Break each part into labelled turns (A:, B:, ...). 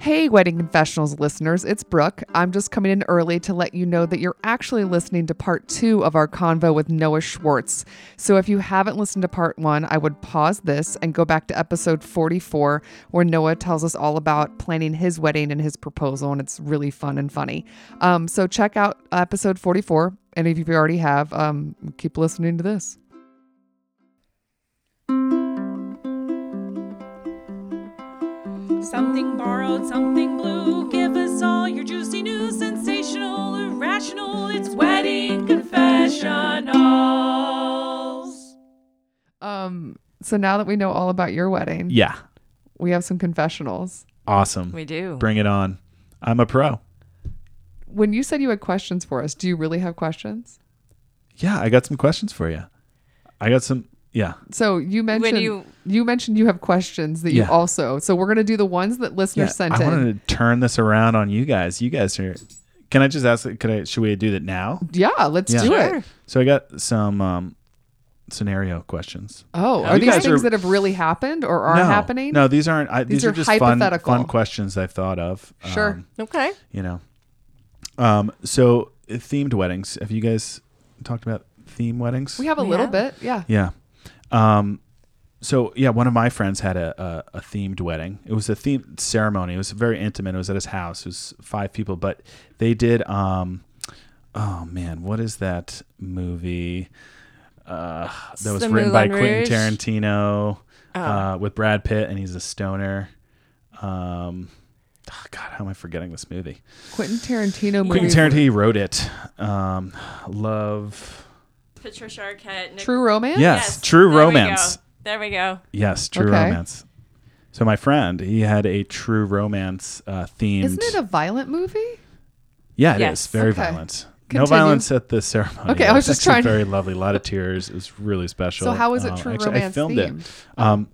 A: Hey, Wedding Confessionals listeners, it's Brooke. I'm just coming in early to let you know that you're actually listening to part two of our convo with Noah Schwartz. So if you haven't listened to part one, I would pause this and go back to episode 44, where Noah tells us all about planning his wedding and his proposal, and it's really fun and funny. Um, so check out episode 44, and if you already have, um, keep listening to this.
B: Something borrowed, something blue. Give us all your juicy news, sensational, irrational. It's wedding confessionals.
A: Um, so now that we know all about your wedding,
C: Yeah.
A: we have some confessionals.
C: Awesome.
B: We do.
C: Bring it on. I'm a pro.
A: When you said you had questions for us, do you really have questions?
C: Yeah, I got some questions for you. I got some. Yeah.
A: So you mentioned you,
B: you-
A: mentioned you have questions that you
C: Yeah.
A: also. So we're gonna do the ones that listeners
C: Yeah,
A: sent
C: I
A: in.
C: wanted to turn this around on you guys. You guys are. Can I just ask? Could I? Should we do that now?
A: Yeah, let's
C: Yeah.
A: do
B: Sure.
A: it.
C: So I got some um, scenario questions.
A: Oh,
C: Yeah.
A: are
C: You
A: these
C: guys
A: things
C: are-
A: that have really happened or are
C: no,
A: happening?
C: No, these aren't. I,
A: These
C: these,
A: are
C: are, just fun,
A: hypothetical.
C: fun questions I've thought of.
A: Sure.
C: Um,
B: Okay.
C: you know. Um. So themed weddings. Have you guys talked about theme weddings?
A: we have a
B: We
A: little
B: have.
A: bit. Yeah.
C: Yeah. Um, so yeah, one of my friends had a, a, a themed wedding. It was a themed ceremony. It was very intimate. It was at his house. It was five people, but they did. Um, oh man, what is that movie? Uh, that was
B: The
C: written by
B: Moulin
C: Quentin
B: Rouge?
C: Tarantino
D: Oh.
B: Um,
C: uh, with Brad Pitt, and he's a stoner. Um, oh, God, how am I forgetting this movie?
A: Quentin Tarantino movie.
C: Quentin Tarantino wrote it. Um, love.
B: Patricia Arquette. Nick-
A: True Romance.
C: Yes,
B: There
C: True
B: we
C: Romance.
B: go. There we go.
C: Yes, True
A: Okay.
C: Romance. So my friend, he had a True Romance uh, themed.
A: Isn't it a violent movie?
C: yeah, it
B: Yes.
C: is very
A: Okay.
C: violent.
A: Continue.
C: No violence at the ceremony.
A: Okay, I
C: It
A: was just
C: actually
A: trying to-
C: Very lovely. A lot of tears. It was really special.
A: So how is it
C: Um,
A: True
C: actually,
A: Romance
C: I filmed
A: themed?
C: it. Um,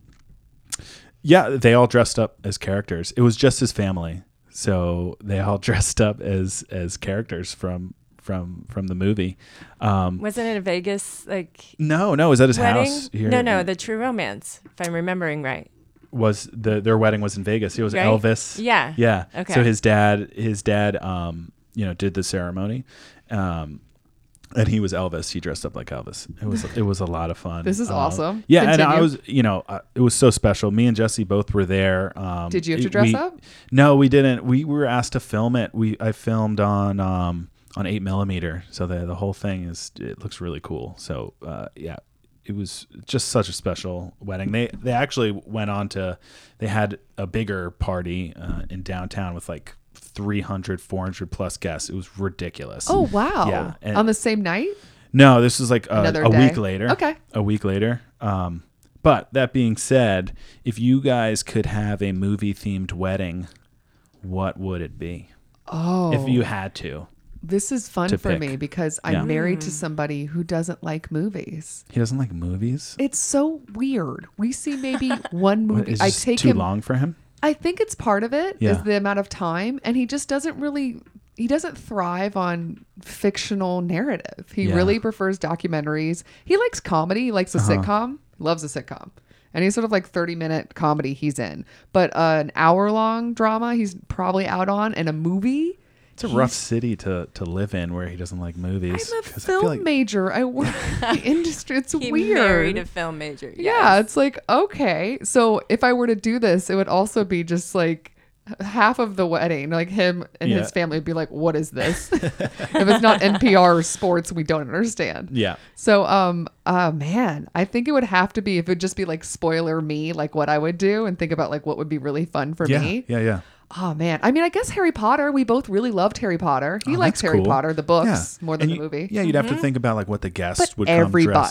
C: yeah, they all dressed up as characters. It was just his family, so they all dressed up as as characters from from from the movie. Um,
D: Wasn't it a Vegas like
C: no, no, it was at his
D: wedding?
C: house here.
D: no, no,
C: in-
D: the True Romance, if I'm remembering right.
C: was the their wedding was in Vegas. It was
D: Right?
C: Elvis.
D: Yeah.
C: Yeah.
D: Okay.
C: So his dad his dad um you know did the ceremony. Um and he was Elvis. He dressed up like Elvis. It was it was a lot of fun.
A: This is
C: Um,
A: awesome.
C: Yeah, and
A: Continue.
C: I was you know uh, it was so special. Me and Jesse both were there. Um,
A: Did you have to
C: it-
A: dress
C: we-
A: up?
C: No, we didn't. We were asked to film it. We I filmed on um on eight millimeter, so the the whole thing is it looks really cool. So uh, yeah, it was just such a special wedding. They they actually went on to they had a bigger party uh, in downtown with like 300 400 plus guests. It was ridiculous.
A: Oh wow.
C: Yeah, and-
A: On the same night?
C: No, this was like a,
A: Another
C: a
A: day.
C: week later.
A: Okay.
C: A week later. Um, but that being said, if you guys could have a movie themed wedding, what would it be?
A: Oh.
C: If you had to.
A: this is fun
C: to
A: for
C: pick.
A: me because I'm
C: Yeah.
A: married
B: Mm.
A: to somebody who doesn't like movies.
C: He doesn't like movies?
A: It's so weird. We see maybe one
C: What,
A: movie.
C: is
A: I
C: this
A: take
C: too
A: him.
C: long for him?
A: I think it's part of it is
C: Yeah.
A: the amount of time, and he just doesn't really. He doesn't thrive on fictional narrative. He
C: Yeah.
A: really prefers documentaries. He likes comedy. He likes a
C: Uh-huh.
A: sitcom. Loves a sitcom. Any sort of like 30 minute comedy he's in. But uh, an hour long drama he's probably out on and a movie.
C: It's a rough city to, to live in where he doesn't like movies.
A: I'm a
C: 'Cause I feel
A: film
C: like-
A: major. I work in the industry. It's
D: He
A: weird.
D: married a film major.
A: Yeah, it's like okay. So if I were to do this, it would also be just like half of the wedding. Like him and
C: Yeah.
A: his family would be like, "What is this?" if it's not NPR or sports, we don't understand.
C: yeah.
A: So um, uh, man, I think it would have to be if it would just be like spoiler me, like what I would do, and think about like what would be really fun for
C: Yeah.
A: me.
C: Yeah. Yeah.
A: Oh man, I mean, I guess Harry Potter. We both really loved Harry Potter. He
C: Oh,
A: likes
C: that's
A: Harry
C: cool.
A: Potter, the books
C: Yeah.
A: more than
C: And
A: the
C: you-
A: movie
C: Yeah, you'd have to think about like what the guests would come dressed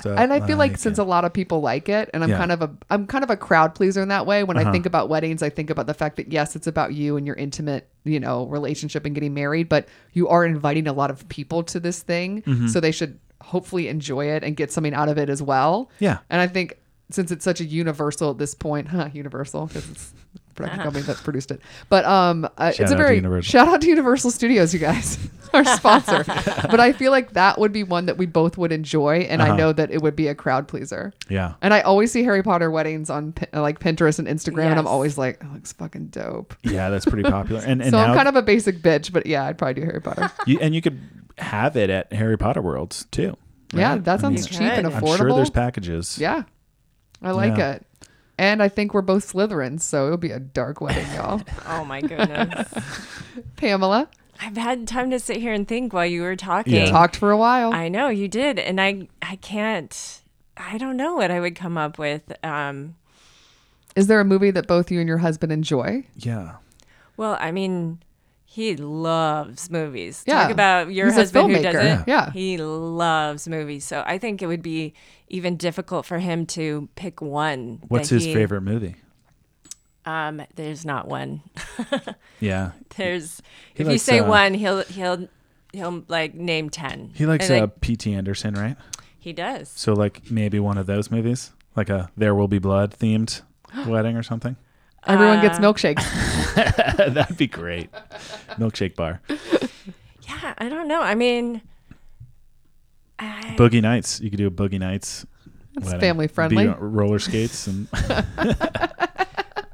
A: everybody
C: up.
A: and i feel like since
C: and-
A: a lot of people like it and i'm
C: Yeah.
A: kind of a i'm kind of a crowd pleaser in that way when i
C: Uh-huh.
A: think about weddings i think about the fact that yes it's about you and your intimate you know relationship and getting married but you are inviting a lot of people to this thing
C: Mm-hmm.
A: so they should hopefully enjoy it and get something out of it as well
C: Yeah.
A: and i think since it's such a universal at this point huh universal 'cause it's production
D: Uh-huh.
A: company that produced it. But um, uh, it's
C: Shout
A: a
C: out to
A: very
C: Universal.
A: shout out to Universal Studios, you guys, our sponsor. but I feel like that would be one that we both would enjoy, and I
C: Uh-huh.
A: know that it would be a crowd pleaser.
C: Yeah.
A: And I always see Harry Potter weddings on P- uh, like Pinterest and Instagram, and I'm
D: Yes.
A: always like, that looks fucking dope.
C: Yeah, that's pretty popular. And and
A: so
C: now
A: I'm kind of a basic bitch, but yeah, I'd probably do Harry Potter.
C: you, and you could have it at Harry Potter Worlds too.
A: Yeah,
C: right?
A: that
C: I mean,
A: sounds
D: You
A: cheap and
D: could.
A: affordable.
D: I'm
C: I'm sure there's packages.
A: yeah, I like
C: Yeah.
A: it. And I think we're both Slytherins, so it'll be a dark wedding, y'all.
D: Oh my goodness.
A: Pamela
D: I've had time to sit here and think while you were talking.
C: Yeah.
A: talked for a while.
D: I know you did, and I I can't. I don't know what I would come up with. Um,
A: Is there a movie that both you and your husband enjoy?
C: Yeah.
D: well, I mean, he loves movies.
A: Yeah.
D: Talk about your
A: He's a
D: husband who doesn't.
A: filmmaker. Yeah.
D: he loves movies. So I think it would be even difficult for him to pick one. that
C: What's his
D: he-
C: favorite movie?
D: Um, there's not one.
C: Yeah.
D: There's
C: He
D: if you
C: likes,
D: say
C: uh,
D: one, he'll he'll he'll like name ten.
C: He likes
D: And,
C: uh,
D: like,
C: P.T. Anderson, right?
D: he does.
C: So like maybe one of those movies, like a There Will Be Blood themed wedding or something.
A: Everyone gets
D: Uh,
A: milkshakes.
C: That'd be great. Milkshake bar,
D: Yeah, I don't know. I mean, I,
C: boogie nights. You could do a boogie nights. It's
A: family friendly.
C: roller skates and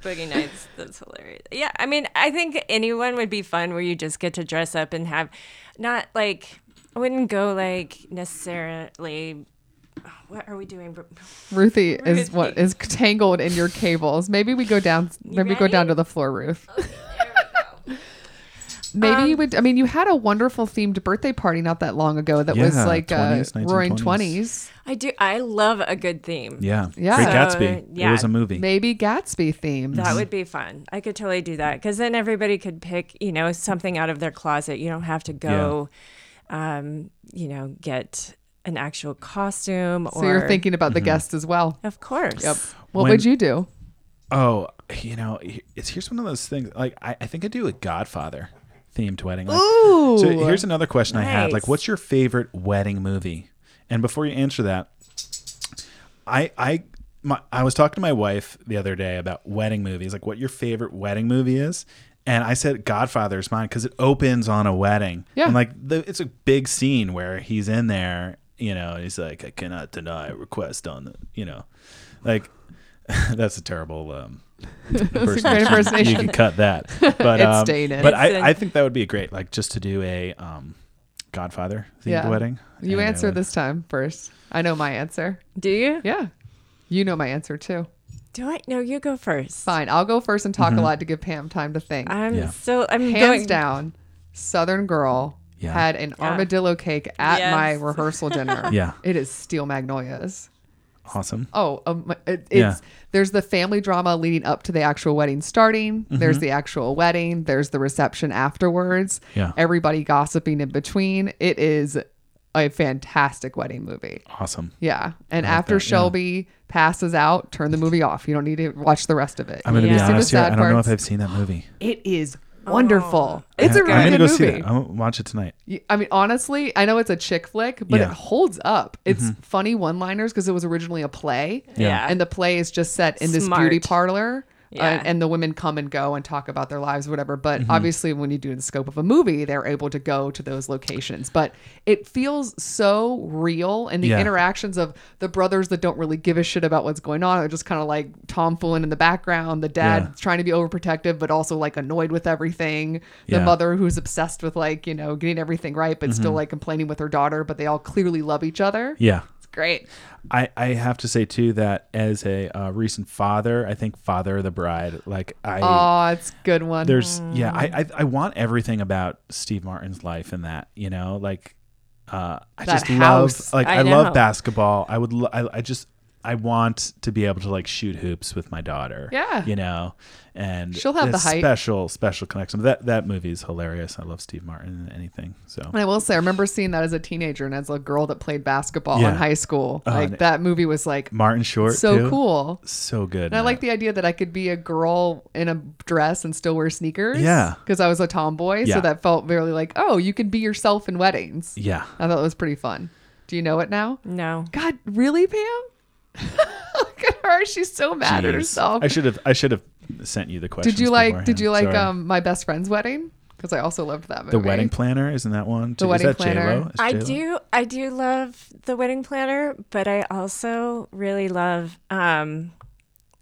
D: Boogie nights. That's hilarious. Yeah, I mean, I think anyone would be fun where you just get to dress up and have, not like I wouldn't go like necessarily. oh, What are we doing?
A: Ruthie is what
D: Ruthie.
A: is tangled in your cables. Maybe we go down. Maybe go
D: ready?
A: down to the floor roof. Maybe
D: Um,
A: you would. I mean, you had a wonderful themed birthday party not that long ago. That was
C: Yeah,
A: like
C: 20s,
A: uh, roaring
C: 1920s.
A: twenties.
D: I do. I love a good theme.
C: yeah,
A: Yeah.
C: Great
A: So,
C: Gatsby. It
D: yeah.
C: was a movie.
A: Maybe Gatsby themed.
D: That would be fun. I could totally do that because then everybody could pick, you know, something out of their closet. You don't have to go, um, you know, get an actual costume.
A: so
D: or,
A: you're thinking about the guest as well.
D: of course.
A: Yep. What
C: Mm-hmm. When-
A: would you do?
C: Oh, you know, he- it's here's one of those things. Like I, I think I do a Godfather themed wedding. Like, Ooh. So here's another question I had. Like,
D: Nice.
C: what's your favorite wedding movie? And before you answer that, I I my, I was talking to my wife the other day about wedding movies, like what your favorite wedding movie is. And I said Godfather is mine because it opens on a wedding.
A: Yeah.
C: And like the, it's a big scene where he's in there, you know, and he's like, I cannot deny a request on the, you know, like that's a terrible um, impersonation.
A: impersonation.
C: You can cut that. But,
A: It's
C: um,
A: dated.
C: But
D: It's an-
C: I, I think that would be great, like just to do a um, Godfather themed
A: Yeah.
C: wedding.
A: You
C: And uh, it
A: answer
C: would-
A: this time first. I know my answer.
D: Do you?
A: Yeah. You know my answer too.
D: Do I? No, you go first.
A: Fine. I'll go first and
C: Mm-hmm.
A: talk a lot to give Pam time to think.
D: I'm
C: Yeah.
D: so I'm
A: Hands
D: going
A: down, Southern Girl
C: Yeah.
A: had an armadillo cake at my
D: Yes.
A: rehearsal dinner.
C: Yeah.
A: It is Steel Magnolias.
C: Awesome.
A: Oh, um, it, it's
C: Yeah.
A: there's the family drama leading up to the actual wedding starting.
C: Mm-hmm.
A: There's the actual wedding. There's the reception afterwards.
C: Yeah.
A: Everybody gossiping in between. It is a fantastic wedding movie.
C: Awesome.
A: Yeah. And after
C: that, yeah.
A: Shelby passes out, turn the movie off. You don't need to watch the rest of it.
C: I'm going to
D: Yeah.
A: You
D: See
C: be
A: see the
C: honest here. I
A: sad
C: don't know if
A: parts.
C: I've seen that movie.
A: It is wonderful. it's
C: I-
A: a really
C: I'm gonna
A: good
C: go see
A: movie.
C: that. I'll watch it tonight.
A: You- I mean, honestly, I know it's a chick flick, but it
C: Yeah. Mm-hmm.
A: holds up. It's funny one liners because it was originally a play.
D: Yeah.
A: And the play is just set in this
D: Smart.
A: beauty parlor. uh,
D: Yeah.
A: and the women come and go and talk about their lives, whatever. But
C: Mm-hmm.
A: obviously, when you do the scope of a movie, they're able to go to those locations. But it feels so real, and the
C: Yeah.
A: interactions of the brothers that don't really give a shit about what's going on are just kind of like tomfooling in the background. The dad
C: Yeah.
A: trying to be overprotective, but also like annoyed with everything. The
C: Yeah.
A: mother mother who's obsessed with like you know getting everything right but still like complaining with her daughter but they all clearly love each other
C: Mm-hmm. Yeah.
A: it's great
C: I, I have to say too that as a uh, recent father, I think Father of the Bride, like I
A: oh it's a good one
C: there's yeah
A: Mm.
C: I, I I want everything about Steve Martin's life in that you know like uh, I
A: That
C: just
A: house.
C: love like
D: I
C: I,
D: know.
C: love basketball. I would lo- I, I just I want to be able to like shoot hoops with my daughter.
A: Yeah.
C: you know, and
A: She'll have the
C: it's
A: height.
C: special special connection. That that movie is hilarious. I love Steve Martin and anything. So
A: and I will say, I remember seeing that as a teenager and as a girl that played basketball
C: Yeah.
A: in high school.
C: Oh,
A: like
C: and-
A: that movie was like
C: Martin Short
A: so
C: too.
A: cool.
C: so good.
A: And I like the idea that I could be a girl in a dress and still wear sneakers.
C: Yeah.
A: Because I was a tomboy. So
C: Yeah.
A: that felt really like, oh, you can be yourself in weddings.
C: yeah.
A: I thought it was pretty fun. Do you know it now?
D: No.
A: God, really, Pam? Look at her. She's so mad at
C: Jeez.
A: herself.
C: I should have I should have sent you the questions.
A: Did you like?
C: beforehand.
A: Did you like
C: Sorry.
A: um my best friend's wedding? Because I also loved that movie.
C: the wedding planner? Isn't that one?
A: The
C: Is
A: Wedding
C: that
A: Planner.
C: J-Lo? Is
D: I
C: J-Lo?
D: do I do love the wedding planner, but I also really love um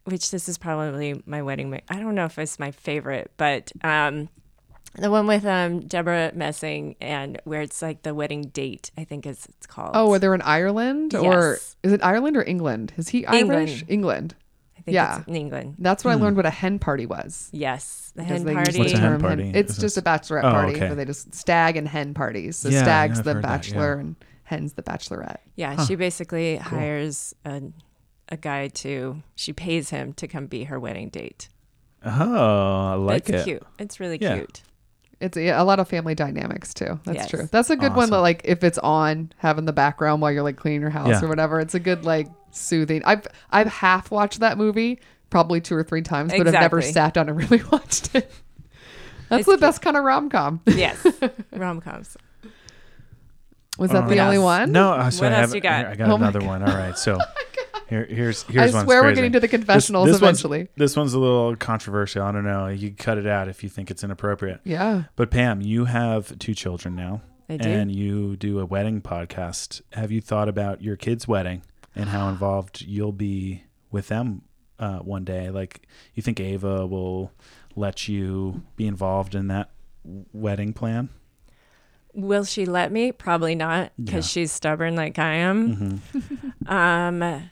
D: which this is probably my wedding ma- I don't know if it's my favorite, but um the one with um Deborah Messing and where it's like the wedding date, I think is it's called.
A: Oh, were they in Ireland or
D: Yes.
A: is it Ireland or England? Is he Irish?
D: England.
A: England.
D: I think
A: yeah.
D: it's in England.
A: That's when I learned what a hen party was.
D: Yes. The
A: because
D: hen
A: they use
D: party.
A: the
C: Hmm. What's a hen
A: term
C: party?
A: It's
C: Is
A: just a
C: this-
A: bachelorette
C: Oh,
A: party
C: okay.
A: where they just stag and hen parties. So
C: Yeah, I know,
A: stags
C: I've
A: the
C: heard that,
A: bachelor
C: yeah.
A: and hens the bachelorette.
D: Yeah, she basically hires a a guy to she pays him to come be her wedding date.
C: Oh, I like
D: it's
C: it.
D: cute. It's really
C: Yeah.
D: cute.
A: It's yeah, a lot of family dynamics too. That's
D: Yes.
A: true. That's a good one that
C: Awesome.
A: like if it's on, have in the background while you're like cleaning your house
C: Yeah.
A: or whatever. It's a good like soothing. I've I've half watched that movie probably two or three times, but I've never
D: Exactly.
A: sat down and really watched it. That's
D: It's
A: the
D: cute.
A: best kind of rom com.
D: Yes. Rom coms.
A: Was that
C: Oh.
A: the
C: What
A: only
D: else?
A: one?
C: No, uh, so
D: What
C: I
D: else
C: have,
D: you got?
C: I got
A: Oh my
C: another one. All right, so here, here's
A: I
C: here's one.
A: swear we're getting to the confessionals
C: this, one's-
A: eventually.
C: this one's a little controversial. I don't know. You can cut it out if you think it's inappropriate.
A: Yeah.
C: But Pam, you have two children now,
D: I do.
C: and you do a wedding podcast. Have you thought about your kids' wedding and how involved you'll be with them uh, one day? Like, you think Ava will let you be involved in that wedding plan?
D: Will she let me? Probably not, because she's stubborn like I
A: Mm-hmm.
D: am.
C: Mm-hmm.
D: um,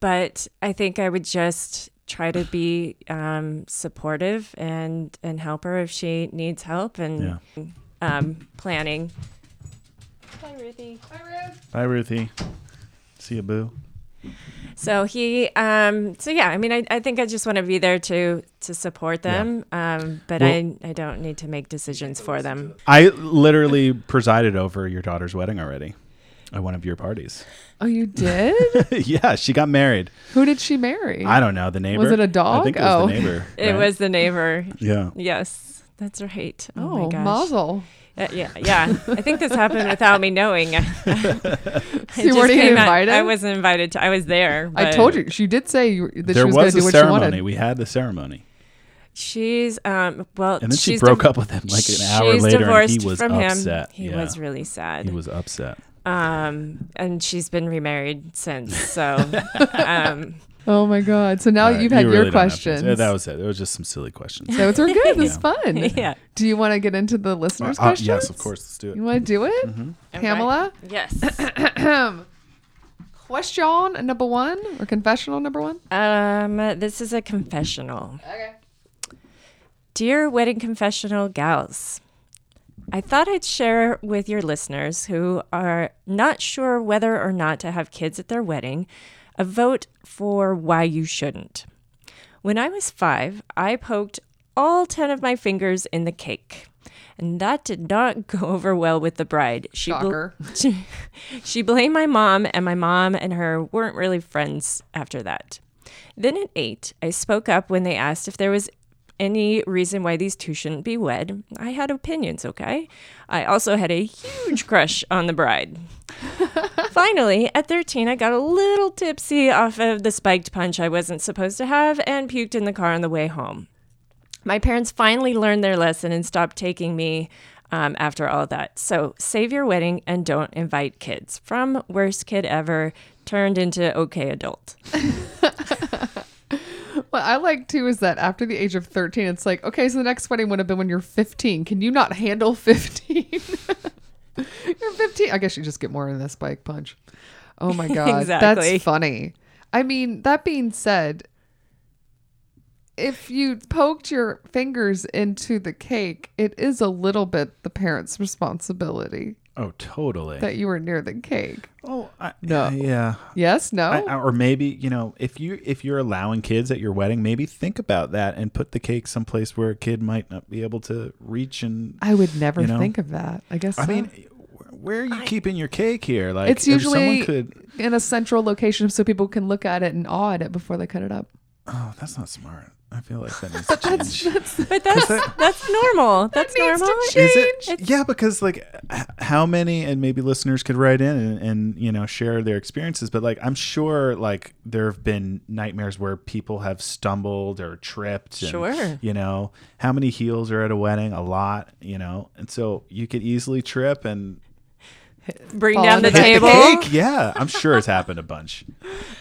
D: but I think I would just try to be um, supportive and and help her if she needs help and um, planning.
C: Bye, Ruthie. See you, boo.
D: So he, um, so yeah, I mean, I, I think I just want to be there to to support them, um, but I I don't need to make decisions for them.
C: I literally presided over your daughter's wedding already at one of your parties.
A: Oh, you did?
C: yeah, she got married.
A: Who did she marry?
C: I don't know the neighbor.
A: it a dog?
C: I think it was
A: Oh.
C: the neighbor.
D: It
C: right?
D: was the neighbor.
C: Yeah.
D: Yes, that's right. Oh,
A: Oh,
D: my gosh.
A: mazel.
D: Uh, yeah, yeah. I think this happened without me knowing. I
A: So you weren't even invited?
D: I wasn't invited. To, I was there.
A: I
D: but
A: told you. She did say you, that she
C: there
A: was,
C: was,
A: going to do
C: a
A: what she
C: ceremony.
A: wanted.
C: We had the ceremony,
D: She's um. Well,
C: and then she
D: she's
C: broke
D: div-
C: up with him like an hour
D: she's
C: later, and
D: divorced
C: he was
D: from
C: upset.
D: Him. He
C: Yeah.
D: was really sad.
C: He was upset.
D: Um, and she's been remarried since. So, um,
A: Oh my god! So now
C: All
A: that
C: right,
A: you've
C: you
A: had your
C: really don't have to-
A: questions.
C: Yeah, that was it. It was just some silly questions.
A: Those were good. It was fun.
D: Yeah.
A: Do you want to get into the listeners'
C: Uh,
A: questions?
C: yes, of course. Mm-hmm. Let's do
A: You
C: it.
A: want to do it, Pamela?
D: yes.
A: Question number one or confessional number one?
D: um, this is a confessional.
A: Okay.
D: Dear Wedding Confessional Gals, I thought I'd share with your listeners who are not sure whether or not to have kids at their wedding a vote for why you shouldn't. When I was five, I poked all 10 of my fingers in the cake. And that did not go over well with the bride. She bel-
A: Shocker.
D: she, she blamed my mom, and my mom and her weren't really friends after that. Then at eight, I spoke up when they asked if there was any reason why these two shouldn't be wed. I had opinions, okay? I also had a huge crush on the bride. Finally, at 13, I got a little tipsy off of the spiked punch I wasn't supposed to have and puked in the car on the way home. My parents finally learned their lesson and stopped taking me um, after all that. So save your wedding and don't invite kids. From worst kid ever turned into okay adult.
A: What I like too is that after the age of 13, it's like, okay, so the next wedding would have been when you're 15. Can you not handle 15? you're 15. I guess you just get more in this bike punch. Oh my God.
D: Exactly.
A: That's funny. I mean, that being said, if you poked your fingers into the cake, it is a little bit the parents' responsibility
C: Oh, totally.
A: that you were near the cake.
C: oh, I,
A: No.
C: yeah.
A: Yes? No?
C: I, I- or maybe you know if you if you're allowing kids at your wedding maybe think about that and put the cake someplace where a kid might not be able to reach and
A: I would never
C: You know?
A: think of that. I guess
C: I
A: so.
C: mean, where are you keeping your cake here? Like,
A: it's
C: if
A: usually
C: someone could.
A: in a central location so people can look at it and awe at it before they cut it up.
C: Oh, that's not smart. I feel like that needs to change.
D: But that's
C: that-
D: that's normal. That's
A: needs to
D: normal.
A: change.
C: Is it?
D: It's-
C: yeah, because like, h- how many? And maybe listeners could write in and, and you know share their experiences. But like, I'm sure like there have been nightmares where people have stumbled or tripped. and,
D: Sure.
C: You know how many heels are at a wedding? A lot. You know, and so you could easily trip and
D: Bring
A: Fall
D: down the
A: under the
D: table.
C: cake. Yeah, I'm sure it's happened a bunch.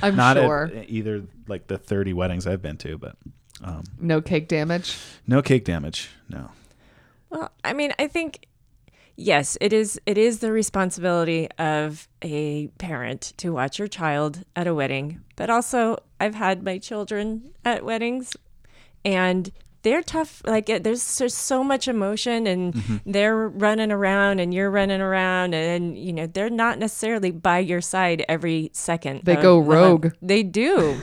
A: I'm
C: Not
A: sure.
C: at either like the 30 weddings I've been to, but um,
A: no cake damage.
C: no cake damage. No.
D: Well, I mean, I think yes, it is it is the responsibility of a parent to watch your child at a wedding. But also, I've had my children at weddings and they're tough. Like it- there's there's so much emotion and
A: Mm-hmm.
D: they're running around and you're running around and you know, they're not necessarily by your side every second.
A: They
D: of
A: go
D: the hunt.
A: rogue.
D: They do.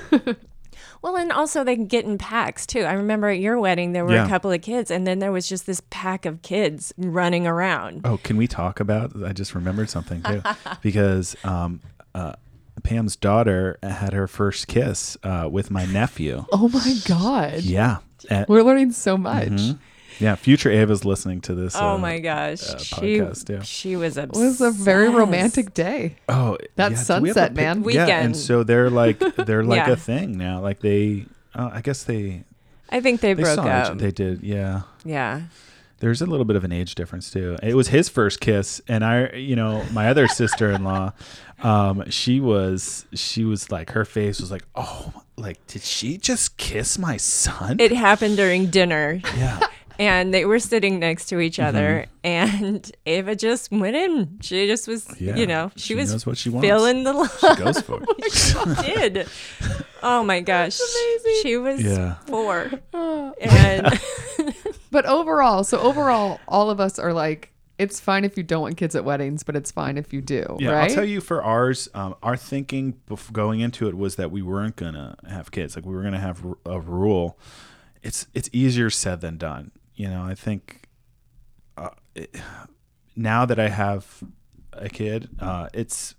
D: Well, and also they can get in packs too. I remember at your wedding there were
C: Yeah.
D: a couple of kids, and then there was just this pack of kids running around.
C: Oh, can we talk about? I just remembered something too, because um, uh, Pam's daughter had her first kiss uh, with my nephew.
A: Oh my god.
C: Yeah, Mm-hmm. Uh,
A: We're learning so much.
C: yeah. Future Ava's listening to this.
D: oh
C: uh,
D: my gosh, she
C: podcast, yeah.
D: she was
A: It was
D: obsessed.
A: a very romantic day.
C: Oh,
A: That's
C: do we have a
A: sunset,
C: pic-
A: man.
C: Yeah, and
D: Weekend.
C: so they're like they're like
D: Yeah.
C: a thing now. Like they, uh, I guess they
D: I think they,
C: they
D: broke
C: saw each-
D: up.
C: They did, yeah.
D: yeah,
C: There's a little bit of an age difference too. It was his first kiss, and I, you know, my other sister-in-law, um, she was, she was like, her face was like, oh, like did she just kiss my son?
D: it happened during dinner,
C: yeah,
D: and they were sitting next to each
C: Mm-hmm.
D: other, and Ava just went in. She just was,
C: yeah.
D: you know, she, was
C: knows what she wants.
D: feeling the
C: She
D: love.
C: goes for it.
D: did. Oh my gosh, she was
C: Yeah.
D: four, and.
A: But overall, so overall, all of us are like, it's fine if you don't want kids at weddings, but it's fine if you do,
C: Yeah,
A: right?
C: I'll tell you for ours, um, our thinking bef- going into it was that we weren't gonna have kids. Like we were gonna have r- a rule. It's it's easier said than done. You know, I think uh, it, now that I have a kid, uh, it's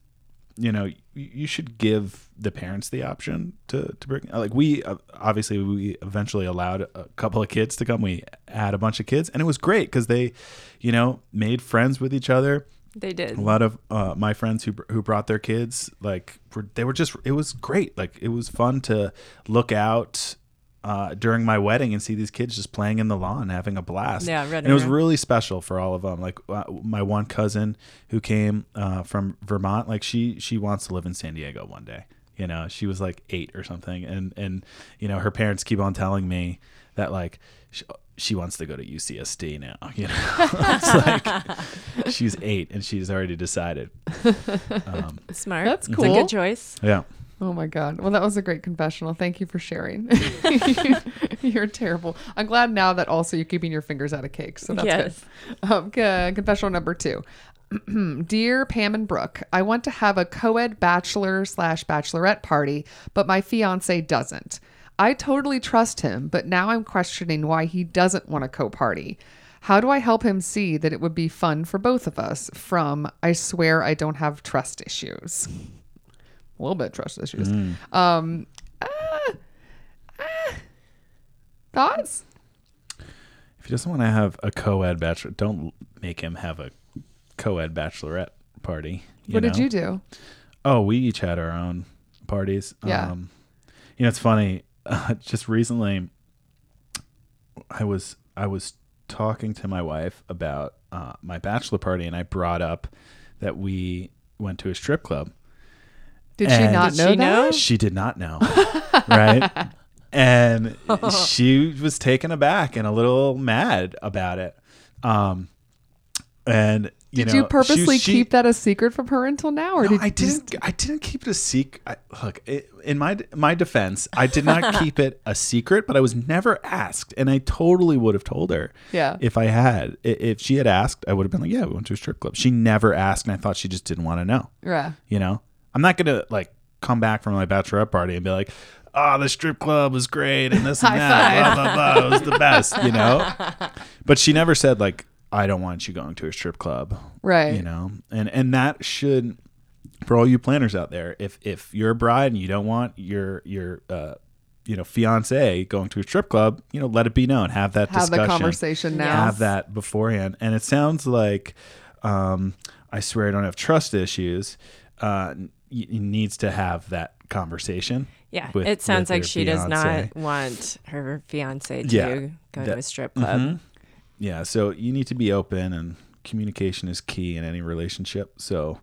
C: you know y- you should give the parents the option to to bring like we uh, obviously we eventually allowed a couple of kids to come we had a bunch of kids and it was great because they you know made friends with each other
D: They did.
C: a lot of uh, my friends who who brought their kids like were, they were just it was great like it was fun to look out uh, during my wedding and see these kids just playing in the lawn having a blast
D: Yeah, running
C: and it was
D: around.
C: really special for all of them like uh, my one cousin who came uh, from Vermont like she she wants to live in San Diego one day you know she was like eight or something and and you know her parents keep on telling me that like she, she wants to go to UCSD now you know it's like she's eight and she's already decided. Um,
D: Smart.
A: That's
D: It's a
A: cool.
D: good choice.
C: yeah.
A: Oh my God. Well, that was a great confessional. Thank you for sharing. You're terrible. I'm glad now that also you're keeping your fingers out of cake. So that's
D: Yes.
A: good. Um, c- confessional number two. Dear Pam and Brooke, I want to have a co ed bachelor slash bachelorette party, but my fiance doesn't. I totally trust him, but now I'm questioning why he doesn't want a co party. How do I help him see that it would be fun for both of us? From I swear I don't have trust issues a little bit of trust issues.
C: Mm.
A: Um, ah, ah. thoughts?
C: If he doesn't want to have a co ed bachelor, don't make him have a co ed bachelorette party.
A: what did
C: know?
A: you do?
C: Oh, we each had our own parties.
A: Yeah.
C: Um, you know, it's funny. Uh, just recently, I was I was talking to my wife about uh, my bachelor party, and I brought up that we went to a strip club.
A: Did she
C: And-
A: not
D: Did
A: know
D: she
A: that?
D: know?
C: She did not know. right? And she was taken aback and a little mad about it. Um, and you
A: Did
C: know,
A: you purposely
C: she, she,
A: keep that a secret from her until now, or
C: No,
A: did
C: I didn't. I didn't keep it a secret. I, look, it, in my my defense, I did not keep it a secret, but I was never asked, and I totally would have told her.
A: Yeah.
C: If I had, I- if she had asked, I would have been like, "Yeah, we went to a strip club." She never asked, and I thought she just didn't want to know
A: Yeah.
C: you know i'm not gonna like come back from my bachelorette party and be like oh the strip club was great and this and that blah blah blah it was the best you know but she never said like i don't want you going to a strip club
A: Right.
C: you know and and that should for all you planners out there if if you're a bride and you don't want your your uh you know fiance going to a strip club, you know, let it be known, have that
A: Have
C: discussion,
A: the conversation now.
C: have that beforehand. And it sounds like um, I swear I don't have trust issues. Uh, n- y- y- needs to have that conversation.
D: Yeah,
C: with-
D: it sounds
C: with
D: like
C: her
D: she does not
C: fiancé.
D: want her fiance to
C: Yeah,
D: go to
C: that- mm-hmm.
D: a strip club.
C: Yeah, so you need to be open, and communication is key in any relationship. So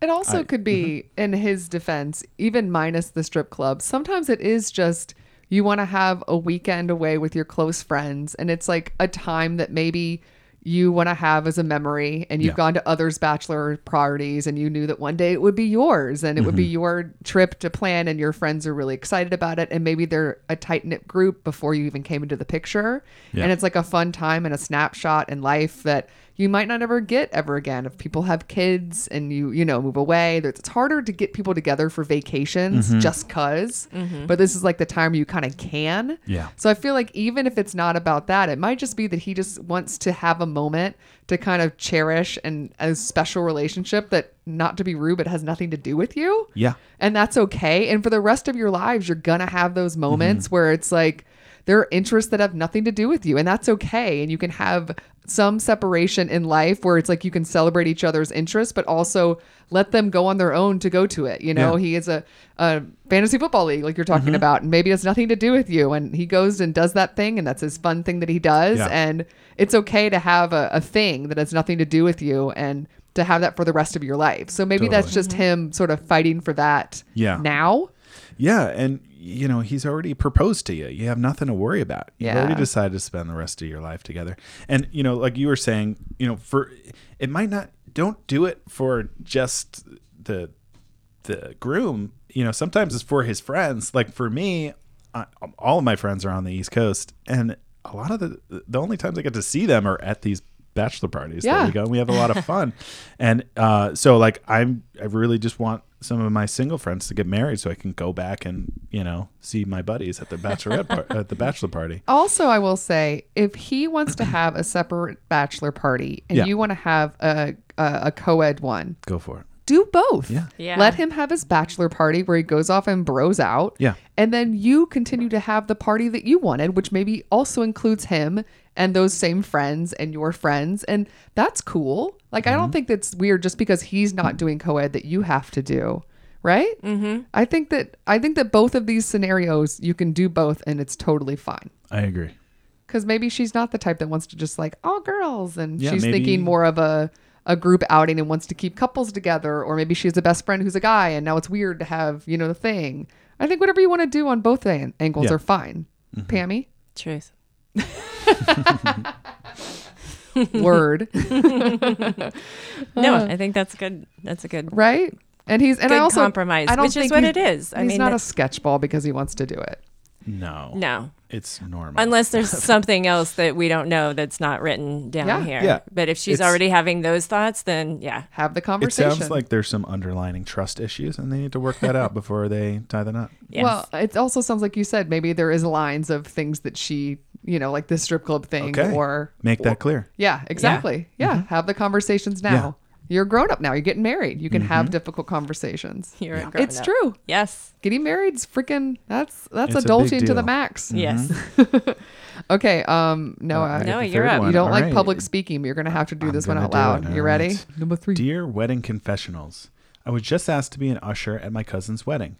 A: It also could be,
C: Mm-hmm.
A: in his defense, even minus the strip club. Sometimes it is just you want to have a weekend away with your close friends, and it's like a time that maybe you want to have as a memory. And you've
C: Yeah.
A: gone to others' bachelor parties, and you knew that one day it would be yours, and it would be
C: Mm-hmm.
A: your trip to plan, and your friends are really excited about it, and maybe they're a tight knit group before you even came into the picture,
C: Yeah.
A: and it's like a fun time and a snapshot in life that you might not ever get ever again if people have kids and you you know move away There's- it's harder to get people together for vacations just because but this is like the time you kind of can
C: Yeah.
A: so i feel like even if it's not about that it might just be that he just wants to have a moment to kind of cherish and a special relationship that not to be rude but has nothing to do with you
C: yeah, Mm-hmm.
A: and that's okay. And for the rest of your lives, you're gonna have those moments where it's like there are interests that have nothing to do with you, and that's okay. And you can have some separation in life where it's like you can celebrate each other's interests, but also let them go on their own to go to it. You know,
C: Yeah. Mm-hmm.
A: he is a, a fantasy football league, like you're talking about, and maybe it has nothing to do with you. And he goes and does that thing, and that's his fun thing that he does.
C: Yeah.
A: And it's okay to have a, a thing that has nothing to do with you and to have that for the rest of your life. So maybe that's
C: Totally.
A: just just him sort of fighting for that
C: Yeah.
A: now
C: yeah, and you know he's already proposed to you. You have nothing to worry about. You've
A: Yeah.
C: already decided to spend the rest of your life together. And you know, like you were saying, you know, for it might not. Don't do it for just the the groom, you know, sometimes it's for his friends. Like for me, I, all of my friends are on the East Coast, and a lot of the the only times I get to see them are at these bachelor parties.
A: Yeah.
C: that we go, and we have a lot of fun, and uh, so like I'm, I really just want some of my single friends to get married so I can go back and you know see my buddies at the bachelorette par- at the bachelor party.
A: also i will say if he wants to have a separate bachelor party and
C: Yeah.
A: you want to have a, a a co-ed one
C: Go for it.
A: do both
C: Yeah.
D: Yeah.
A: let him have his bachelor party where he goes off and bros out
C: Yeah.
A: and then you continue to have the party that you wanted which maybe also includes him and those same friends and your friends and that's cool like i
C: Mm-hmm.
A: don't think that's weird just because he's not doing co-ed that you have to do right mm-hmm. i think that i think that both of these scenarios you can do both and it's totally fine
C: I agree.
A: because maybe she's not the type that wants to just like all girls and
C: Yeah,
A: she's
C: maybe-
A: thinking more of a a group outing and wants to keep couples together or maybe she has a best friend who's a guy and now it's weird to have you know the thing i think whatever you want to do on both an- angles
C: Yeah. Mm-hmm.
A: are fine pammy
D: Truth.
A: word
D: No, I think that's good. That's a good,
A: Uh, right and he's and
D: good
A: I also
D: compromise,
A: I don't
D: which is
A: think
D: what
A: he's-
D: it is. I
A: he's
D: mean,
A: not a
D: it's-
A: sketchball because he wants to do it
C: No,
D: no,
C: it's normal.
D: unless there's something else that we don't know that's not written down
A: Yeah.
D: here.
C: Yeah.
D: But if she's
C: It's-
D: already having those thoughts, then yeah,
A: have the
C: it
A: conversation
C: sounds like there's some underlining trust issues, and they need to work that out before they tie the knot.
D: yes.
A: Well, it also sounds like you said maybe there is lines of things that she, you know, like this strip club thing
C: Okay.
A: or
C: Make that clear.
A: Yeah, exactly. Yeah,
C: Mm-hmm.
A: have the conversations now. You're grown up now. You're getting married. You can
C: Mm-hmm.
A: have difficult conversations.
D: You're a grown
A: It's
D: up.
A: true.
D: Yes.
A: Getting married's freaking that's that's
C: It's a big
A: adulting to the
C: deal.
A: max.
D: Yes.
A: Okay, um Noah,
C: I get
D: No,
C: the
D: you're
C: third
D: up.
C: one.
A: you don't
C: All
A: like
C: right.
A: public speaking, but you're going to have to do
C: I'm
A: this one
C: gonna
A: out
C: do it.
A: loud.
C: All
A: you ready?
C: right.
A: Number 3.
C: Dear Wedding Confessionals, I was just asked to be an usher at my cousin's wedding.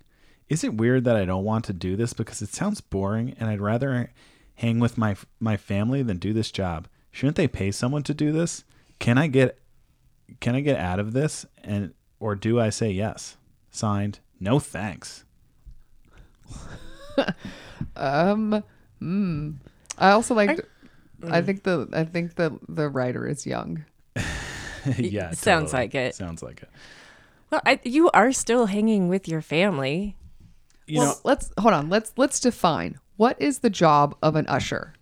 C: Is it weird that I don't want to do this because it sounds boring and I'd rather hang with my my family than do this job? Shouldn't they pay someone to do this? Can I get can I get out of this and or do I say yes? Signed, no thanks.
A: Um mm. I also liked I think the I think the the writer is young.
C: yeah,
D: sounds like it.
C: Sounds like it.
D: well, I, you are still hanging with your family.
C: You
A: well,
C: know,
A: let's hold on. Let's let's define what is the job of an usher?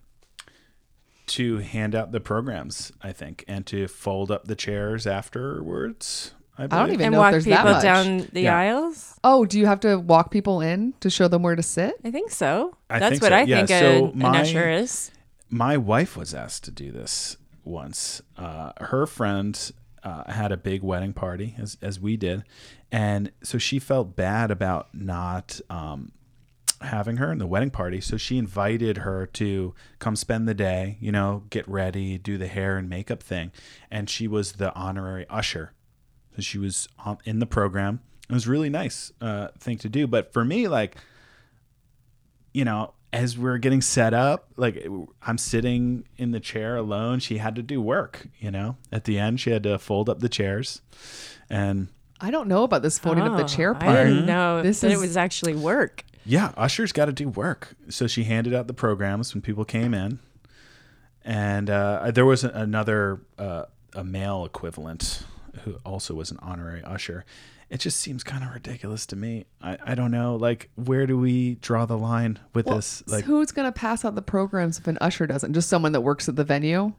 C: to hand out the programs, I think, and to fold up the chairs afterwards. I,
A: I don't
C: believe.
A: even
D: and
A: know if
D: walk
A: there's that
D: people
A: much.
D: down the
C: Yeah.
D: aisles.
A: Oh, do you have to walk people in to show them where to sit?
D: I think so.
C: I
D: That's
C: think
D: what
C: so.
D: I
C: Yeah,
D: think
C: so
D: a,
C: my-
D: an usher is.
C: my wife was asked to do this once. Uh, her friend uh, had a big wedding party, as as we did, and so she felt bad about not um, having her in the wedding party. So she invited her to come spend the day, you know, get ready, do the hair and makeup thing. And she was the honorary usher. So she was on, in the program. It was really nice uh, thing to do. But for me, like, you know, as we're getting set up, like I'm sitting in the chair alone. She had to do work, you know. At the end, she had to fold up the chairs, and
A: I don't know about this folding up the
D: Oh,
A: chair
D: I
A: part.
D: didn't know
A: This
D: that
A: is-
D: it was actually work.
C: yeah, Usher's got to do work. So she handed out the programs when people came in, and uh, there was another uh, a male equivalent who also was an honorary usher. It just seems kind of ridiculous to me. I, I don't know. Like, where do we draw the line with this?
A: So
C: Like,
A: who's gonna pass out the programs if an usher doesn't? Just someone that works at the venue.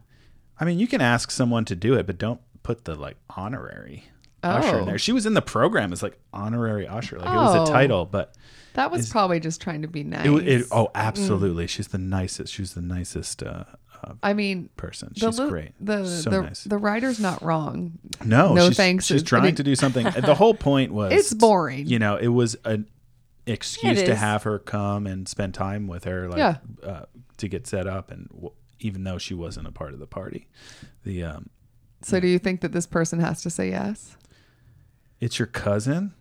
C: I mean, you can ask someone to do it, but don't put the like honorary usher
A: Oh.
C: in there. She was in the program as like honorary usher, like it was
A: Oh.
C: a title, but
A: That was probably just trying to be nice. Mm.
C: it, it oh, absolutely, she's the nicest. She's the nicest uh, uh,
A: I mean,
C: person.
A: the
C: She's
A: lu-
C: great.
A: The
C: so
A: the,
C: nice.
A: the writer's not wrong.
C: no,
A: no
C: she's,
A: thanks
C: She's
A: is-
C: trying
A: I mean-
C: to do something. The whole point was
A: It's boring.
C: You know, it was an excuse
D: It
C: to
D: is.
C: have her come and spend time with her, like
A: Yeah.
C: uh, to get set up, and w- even though she wasn't a part of the party, the um,
A: So do you think that this person has to say yes?
C: it's your cousin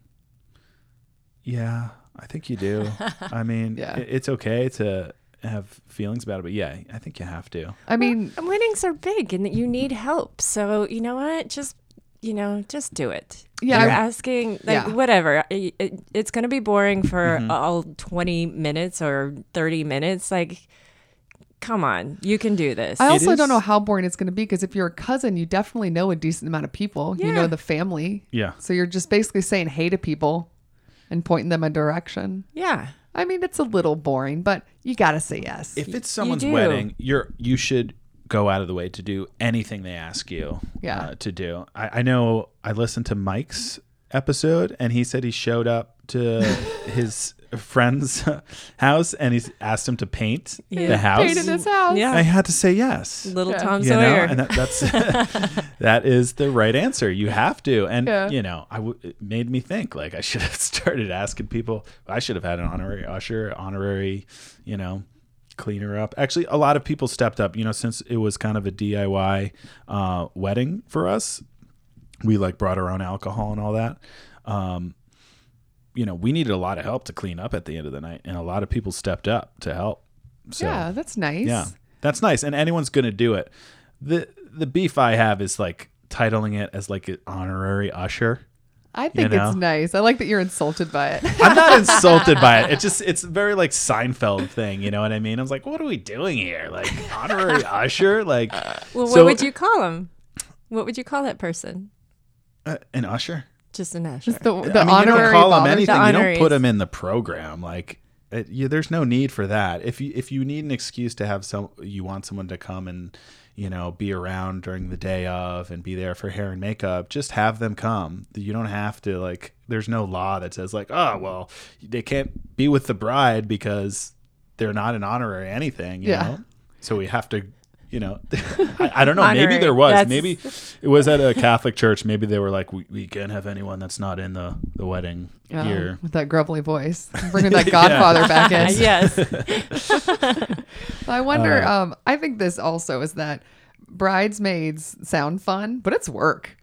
C: yeah i think you do i mean
A: Yeah.
C: it- it's okay to have feelings about it but yeah i think you have to
A: I mean,
D: And weddings are big, and you need help. So you know what? Just you know, just do it.
A: Yeah,
D: you're
A: I-
D: asking like
A: Yeah.
D: whatever. I- it- it's gonna be boring for
C: Mm-hmm.
D: all twenty minutes or thirty minutes. Like, come on, you can do this.
A: I also don't
C: is-
A: know how boring it's going to be because if you're a cousin, you definitely know a decent amount of people. You know
D: Yeah.
A: the family.
C: yeah
A: So you're just basically saying hey to people and pointing them a direction.
D: yeah,
A: I mean, it's a little boring, but you got to say yes.
C: if it's someone's
D: do.
C: wedding you're you should go out of the way to do anything they ask you
A: Yeah.
C: uh, to do I, I know i listened to mike's episode and he said he showed up to his friend's house and he's asked him to paint the house
A: Painted his house.
D: Yeah.
C: i had to say yes
D: little Tom
C: you know,
D: Sawyer.
C: and that, that's that is the right answer. You have to, and
A: Yeah.
C: you know, I w- it made me think like I should have started asking people. I should have had an honorary usher, honorary, you know, cleaner up. Actually, a lot of people stepped up. You know, since it was kind of a DIY uh, wedding for us, we like brought our own alcohol and all that. Um, you know, we needed a lot of help to clean up at the end of the night, and a lot of people stepped up to help. So,
A: Yeah, that's nice.
C: yeah, that's nice, and anyone's gonna do it. the The beef I have is like titling it as like an honorary usher.
A: I think
C: know?
A: it's nice. I like that you're insulted by it.
C: I'm not insulted by it. It just it's very like Seinfeld thing. You know what I mean? I was like, what are we doing here? Like honorary usher? Like
D: well,
C: so-
D: what would you call him? What would you call that person?
C: uh, an usher?
D: Just an usher.
A: Just the, the
C: I mean,
A: honorary
C: you don't call him
A: bothers-
C: anything.
D: The
C: You don't
D: honoraries.
C: put him in the program. Like it, you, there's no need for that. If you if you need an excuse to have some, you want someone to come and you know be around during the day of and be there for hair and makeup. Just have them come. You don't have to like. There's no law that says like, oh well, they can't be with the bride because they're not an honorary anything. You
A: Yeah.
C: know, so we have to. You know, I, I don't know. Maybe
D: Honorary.
C: there was.
D: That's-
C: Maybe it was at a Catholic church. Maybe they were like, we, we can't have anyone that's not in the, the wedding
A: Oh,
C: year.
A: with that grumbly voice, bringing that Godfather back in.
D: Uh, yes.
A: I wonder. um, I think this also is that bridesmaids sound fun, but it's work.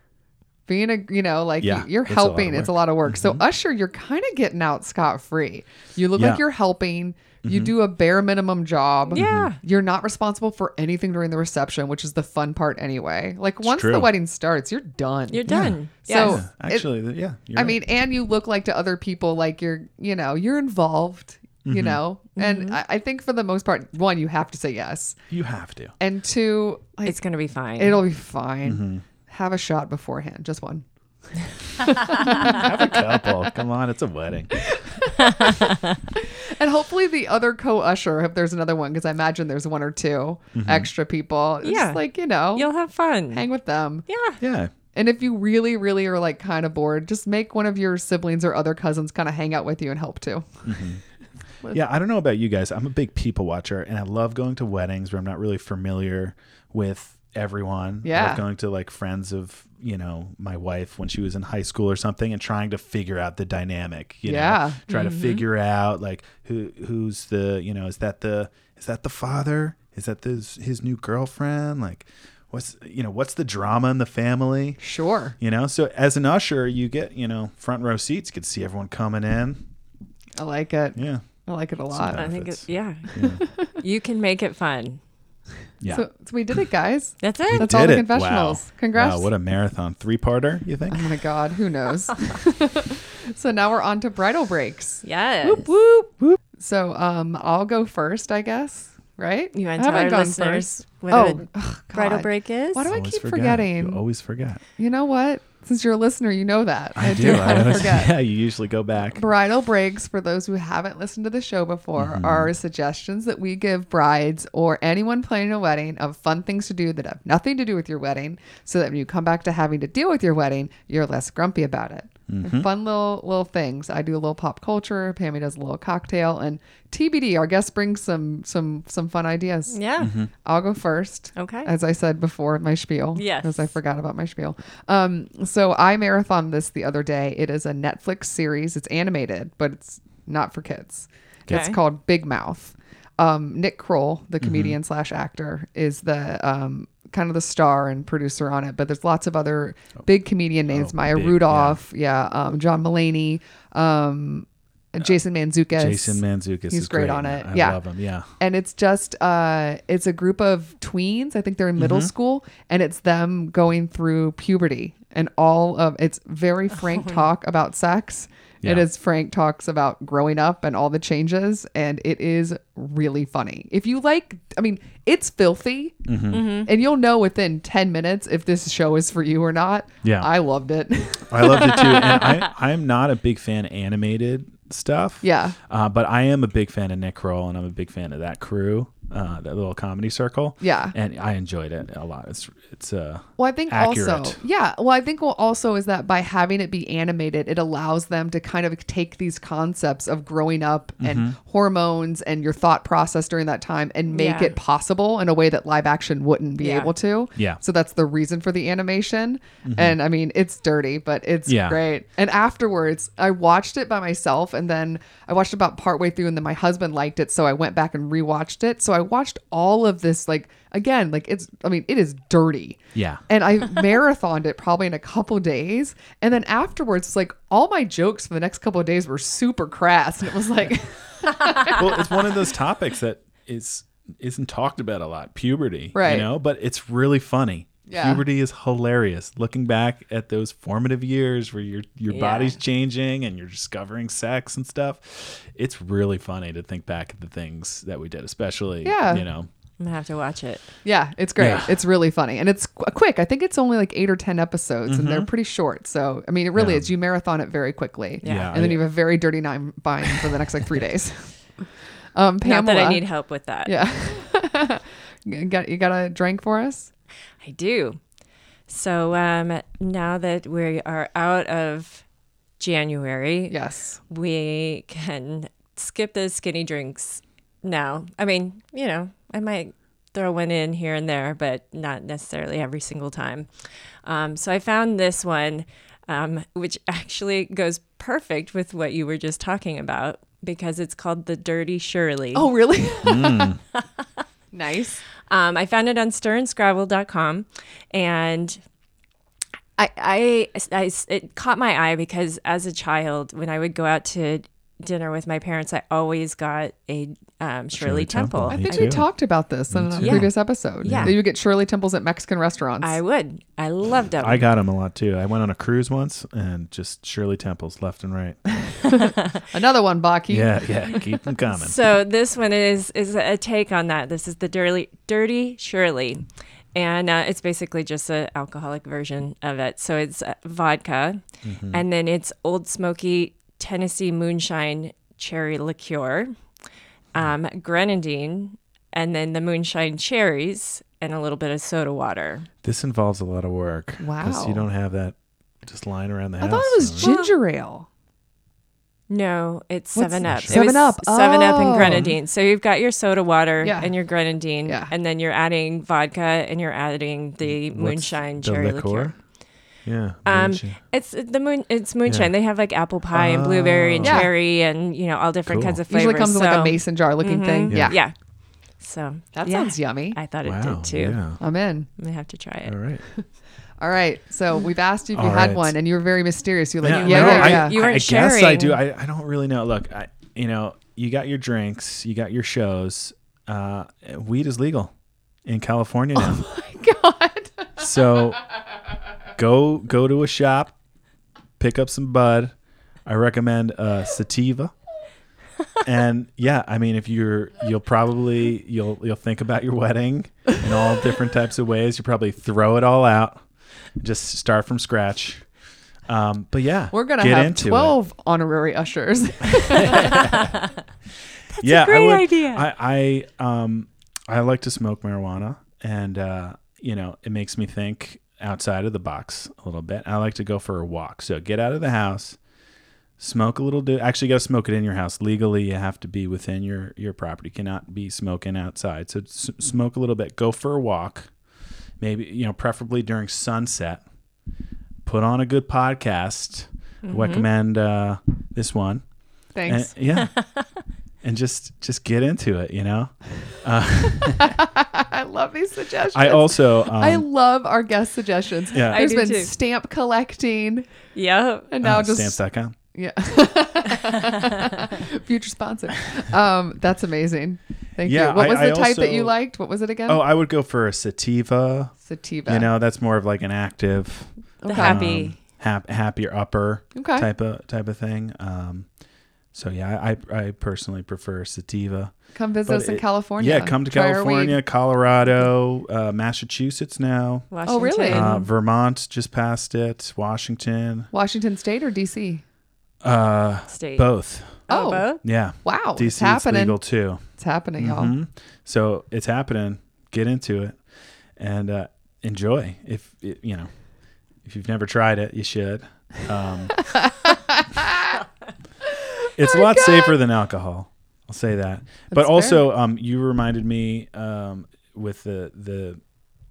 A: Being a, you know, like
C: Yeah,
A: you're
C: it's a lot of Mm-hmm.
A: helping, it's a lot of work. So usher, you're kind of getting out scot free. You look
C: Yeah. Mm-hmm.
A: like you're helping. You do a bare minimum job.
D: Yeah.
A: You're not responsible for anything during the reception, which is the fun part anyway. Like once
C: true.
A: the wedding starts, you're done.
D: You're done.
A: So-
D: Yes.
A: It-
C: Actually, th- yeah. you're
A: I
C: right.
A: mean, and you look like to other people like you're, you know, you're involved, you know, and I, I think for the most part, one, you have to say yes,
C: you have to.
A: and two, like,
D: it's gonna be fine.
A: it'll be fine. Have a shot beforehand, just one.
C: Have a couple. Come on, it's a wedding.
A: And hopefully the other co-usher, if there's another one, because I imagine there's one or 2 extra people. It's
D: Yeah.
A: Just like, you know,
D: You'll have fun.
A: hang with them.
D: yeah.
C: Yeah.
A: And if you really, really are like kind of bored, just make one of your siblings or other cousins kind of hang out with you and help too.
C: Yeah, I don't know about you guys. I'm a big people watcher and I love going to weddings where I'm not really familiar with everyone. I love
A: Yeah.
C: going to like friends of, you know, my wife when she was in high school or something and trying to figure out the dynamic. You
A: Yeah. Mm-hmm.
C: Know? Try to figure out like who who's the you know, is that the is that the father? Is that this his new girlfriend? Like what's you know, what's the drama in the family?
A: Sure.
C: You know, so as an usher, you get, you know, front row seats, could see everyone coming in.
A: I like it.
C: Yeah.
A: I like it a lot.
D: I think, it,
C: Benefits.
D: yeah,
C: Yeah.
D: you can make it fun.
C: Yeah.
A: So, so we did it, guys.
D: That's it.
A: That's all
C: Did
A: the
C: it. Wow.
A: confessionals. Congrats.
C: Wow, what a marathon. Three parter, you think?
A: oh my God, who knows? so now we're on to bridal breaks.
D: yes.
A: Whoop, whoop. So um, I'll go first, I guess. Right?
D: You
A: I
D: want to tell
A: haven't
D: our
A: gone
D: listeners
A: first.
D: what a
A: ugh,
D: bridal
A: God.
D: break is?
A: Why do I
C: Always
A: keep
C: forget.
A: forgetting?
C: You always forget.
A: You know what? Since you're a listener, you know that.
C: I do. I
A: kinda
C: always-
A: forget.
C: Yeah, you usually go back.
A: Bridal breaks, for those who haven't listened to the show before, are suggestions that we give brides or anyone planning a wedding of fun things to do that have nothing to do with your wedding, so that when you come back to having to deal with your wedding, you're less grumpy about it. They're Fun little little things. I do a little pop culture. Pammy does a little cocktail, and TBD. Our guest brings some some some fun ideas.
D: Yeah.
A: I'll go first.
D: Okay.
A: As Mm-hmm. I said before, my spiel.
D: Yes.
A: Because I forgot about my spiel. Um, so I marathoned this the other day. It is a Netflix series. It's animated, but it's not for kids. It's
D: Okay.
A: called Big Mouth. Um, Nick Kroll, the
C: Mm-hmm.
A: comedian slash actor, is the um, kind of the star and producer on it. But there's lots of other big comedian names:
C: Oh,
A: Maya
C: big, yeah. Uh,
A: Rudolph, yeah, um, John Mulaney, um, Jason Manzukis.
C: Jason Manzukis
A: He's
C: is
A: great
C: great
A: on
C: in
A: it.
C: I
A: Yeah.
C: love him. Yeah.
A: and it's just uh it's a group of tweens i think they're in
C: Mm-hmm.
A: middle school and it's them going through puberty and all of it's very frank talk about sex it
C: Yeah.
A: is frank talks about growing up and all the changes and it is really funny if you like i mean it's filthy
C: Mm-hmm.
A: and you'll know within 10 minutes if this show is for you or not
C: Yeah.
A: i loved it
C: I loved it too. And I, I'm not a big fan of animated stuff.
A: Yeah.
C: Uh, but I am a big fan of Nick Kroll and I'm a big fan of that crew, uh, that little comedy circle.
A: Yeah.
C: And I enjoyed it a lot. It's, it's, uh,
A: Well, I think also,
C: accurate.
A: yeah. Well, I think well, also is that by having it be animated, it allows them to kind of take these concepts of growing up
C: Mm-hmm.
A: and hormones and your thought process during that time and make
D: Yeah.
A: it possible in a way that live action wouldn't be
D: Yeah.
A: able to.
C: Yeah. Mm-hmm.
A: So that's the reason for the animation. And I mean, it's dirty, but it's
C: Yeah.
A: great. And afterwards, I watched it by myself, and then I watched about partway through, and then my husband liked it, so I went back and rewatched it. So I watched all of this, like again, like it's. I mean, it is dirty.
C: Yeah.
A: And I marathoned it probably in a couple days. And then afterwards, it's like all my jokes for the next couple of days were super crass. And it was like,
C: well, it's one of those topics that is isn't talked about a lot. Puberty,
A: Right.
C: You know, but it's really funny.
A: Yeah.
C: Puberty is hilarious. Looking back at those formative years where your your
D: Yeah.
C: body's changing and you're discovering sex and stuff, it's really funny to think back at the things that we did, especially
A: Yeah.
C: you know.
D: I'm going to have to watch it.
A: yeah, it's great.
C: Yeah.
A: It's really funny. And it's qu- quick. I think it's only like eight or 10 episodes and they're pretty short. So, I mean, it really
C: Mm-hmm. Yeah.
A: is. You marathon it very quickly.
D: Yeah.
C: Yeah,
A: And then
C: I-
A: you have a very dirty nine bind for the next like three days. Um, Pamela.
D: Not that I need help with that.
A: Yeah. you, got, you got a drink for us?
D: I do. So um, now that we are out of January,
A: Yes.
D: we can skip those skinny drinks now. I mean, you know, I might throw one in here and there, but not necessarily every single time. Um, so I found this one, um, which actually goes perfect with what you were just talking about because it's called the Dirty Shirley.
A: Oh, really?
C: Mm.
A: nice.
D: Um, I found it on stirrandscrabble.com and I, I, I, it caught my eye because as a child, when I would go out to dinner with my parents, I always got a um, Shirley,
C: Shirley Temple.
D: Temple.
A: I
C: Me
A: think we
C: too.
A: talked about this in a
C: too.
A: previous episode.
D: Yeah.
A: That you get Shirley temples at Mexican restaurants.
D: I would. I loved them.
C: I got them a lot too. I went on a cruise once and just Shirley Temples left and right.
A: Another one, Baki.
C: Yeah, yeah. Keep them coming.
D: So this one is is a take on that. This is the dirty dirty Shirley, and uh, it's basically just an alcoholic version of it. So it's uh, vodka, and then it's Old Smoky Tennessee Moonshine Cherry Liqueur, um, grenadine, and then the moonshine cherries and a little bit of soda water.
C: This involves a lot of work. 'cause
A: Wow.
C: you don't have that just lying around the
A: I
C: house.
A: thought it was
C: you know?
A: ginger ale.
D: No, it's
A: What's-
D: Seven Up. It
A: Seven
D: was
A: Up.
D: Seven Up
A: Oh.
D: and grenadine. So you've got your soda water
A: Yeah.
D: and your grenadine,
A: Yeah.
D: and then you're adding vodka and you're adding the
C: What's
D: moonshine
C: the
D: cherry liqueur.
C: Yeah.
D: Um,
C: moonshine.
D: It's the moon. It's moonshine. They have like apple pie and blueberry and
A: Oh. Yeah.
D: cherry and you know all different
C: Cool.
D: kinds of flavors.
A: Usually comes in like
D: So- Mm-hmm.
A: a mason jar looking thing. Yeah.
C: Yeah.
D: Yeah. So
A: That
D: yeah,
A: sounds yummy.
D: I thought it
C: wow.
D: did too.
C: Yeah.
A: I'm in.
D: I'm gonna have to try it.
C: All right.
A: All right.
D: Mm.
A: So we've asked you if you
C: All
A: had
C: right.
A: one and you were very mysterious. You're like, yeah,
C: No,
A: yeah,
C: no,
A: yeah.
C: I,
D: You
C: I,
D: weren't
C: I guess I
D: sharing.
C: do. I, I don't really know. Look, I, you know, you got your drinks, you got your shows. Uh, weed is legal in California
D: Oh
C: now.
A: God.
C: so go go to a shop, pick up some bud. I recommend uh, sativa. and yeah, I mean, if you're, you'll probably you'll you'll think about your wedding in all different types of ways. You probably throw it all out, just start from scratch. Um, but yeah,
A: We're going to
C: get
A: have
C: into it.
A: 12 honorary ushers.
C: yeah,
D: great
C: I would,
D: idea.
C: I, I um I like to smoke marijuana, and uh, you know it makes me think outside of the box a little bit. I like to go for a walk. So get out of the house, smoke a little. Do actually, you got to smoke it in your house legally. You have to be within your your property. You cannot be smoking outside. So s- smoke a little bit. Go for a walk. Maybe you know, preferably during sunset. Put on a good podcast.
D: Mm-hmm.
C: Recommend uh, this one.
A: Thanks.
C: And, yeah. and just just get into it, you know.
A: I love these suggestions.
C: I also um,
A: I love our guest suggestions.
C: Yeah. I
A: There's
D: do
A: been
D: too.
A: stamp collecting
D: Yeah.
A: and now
C: uh,
A: just
C: stamps.com.
A: yeah. Future sponsor. Um, that's amazing. Thank
C: Yeah,
A: you. What
C: I-
A: was
C: I
A: the type that you
C: also-
A: liked? What was it again?
C: Oh, I would go for a sativa.
A: sativa.
C: You know, that's more of like an active,
D: The happy.
C: um, hap- happier upper
A: Okay.
C: type of type of thing. Um, so yeah, I I personally prefer sativa.
A: come visit
C: But
A: us in
C: it-
A: California.
C: Yeah, come to
A: Try our
C: California,
A: weed.
C: Colorado, uh, Massachusetts now.
A: Oh, really?
D: Washington.
C: Uh, Vermont just passed it. Washington,
A: Washington State or DC?
C: uh,
D: State.
C: both.
A: Oh,
D: both?
C: Yeah,
A: wow.
C: DC
A: it's
C: is
A: happening.
C: legal too.
A: It's happening, y'all.
C: Mhm. So it's happening. Get into it and uh, enjoy. If it, you know, if you've never tried it, you should. Um, it's a lot safer than alcohol. I'll say that. but
A: Oh That's
C: also, um, you reminded me um, with the the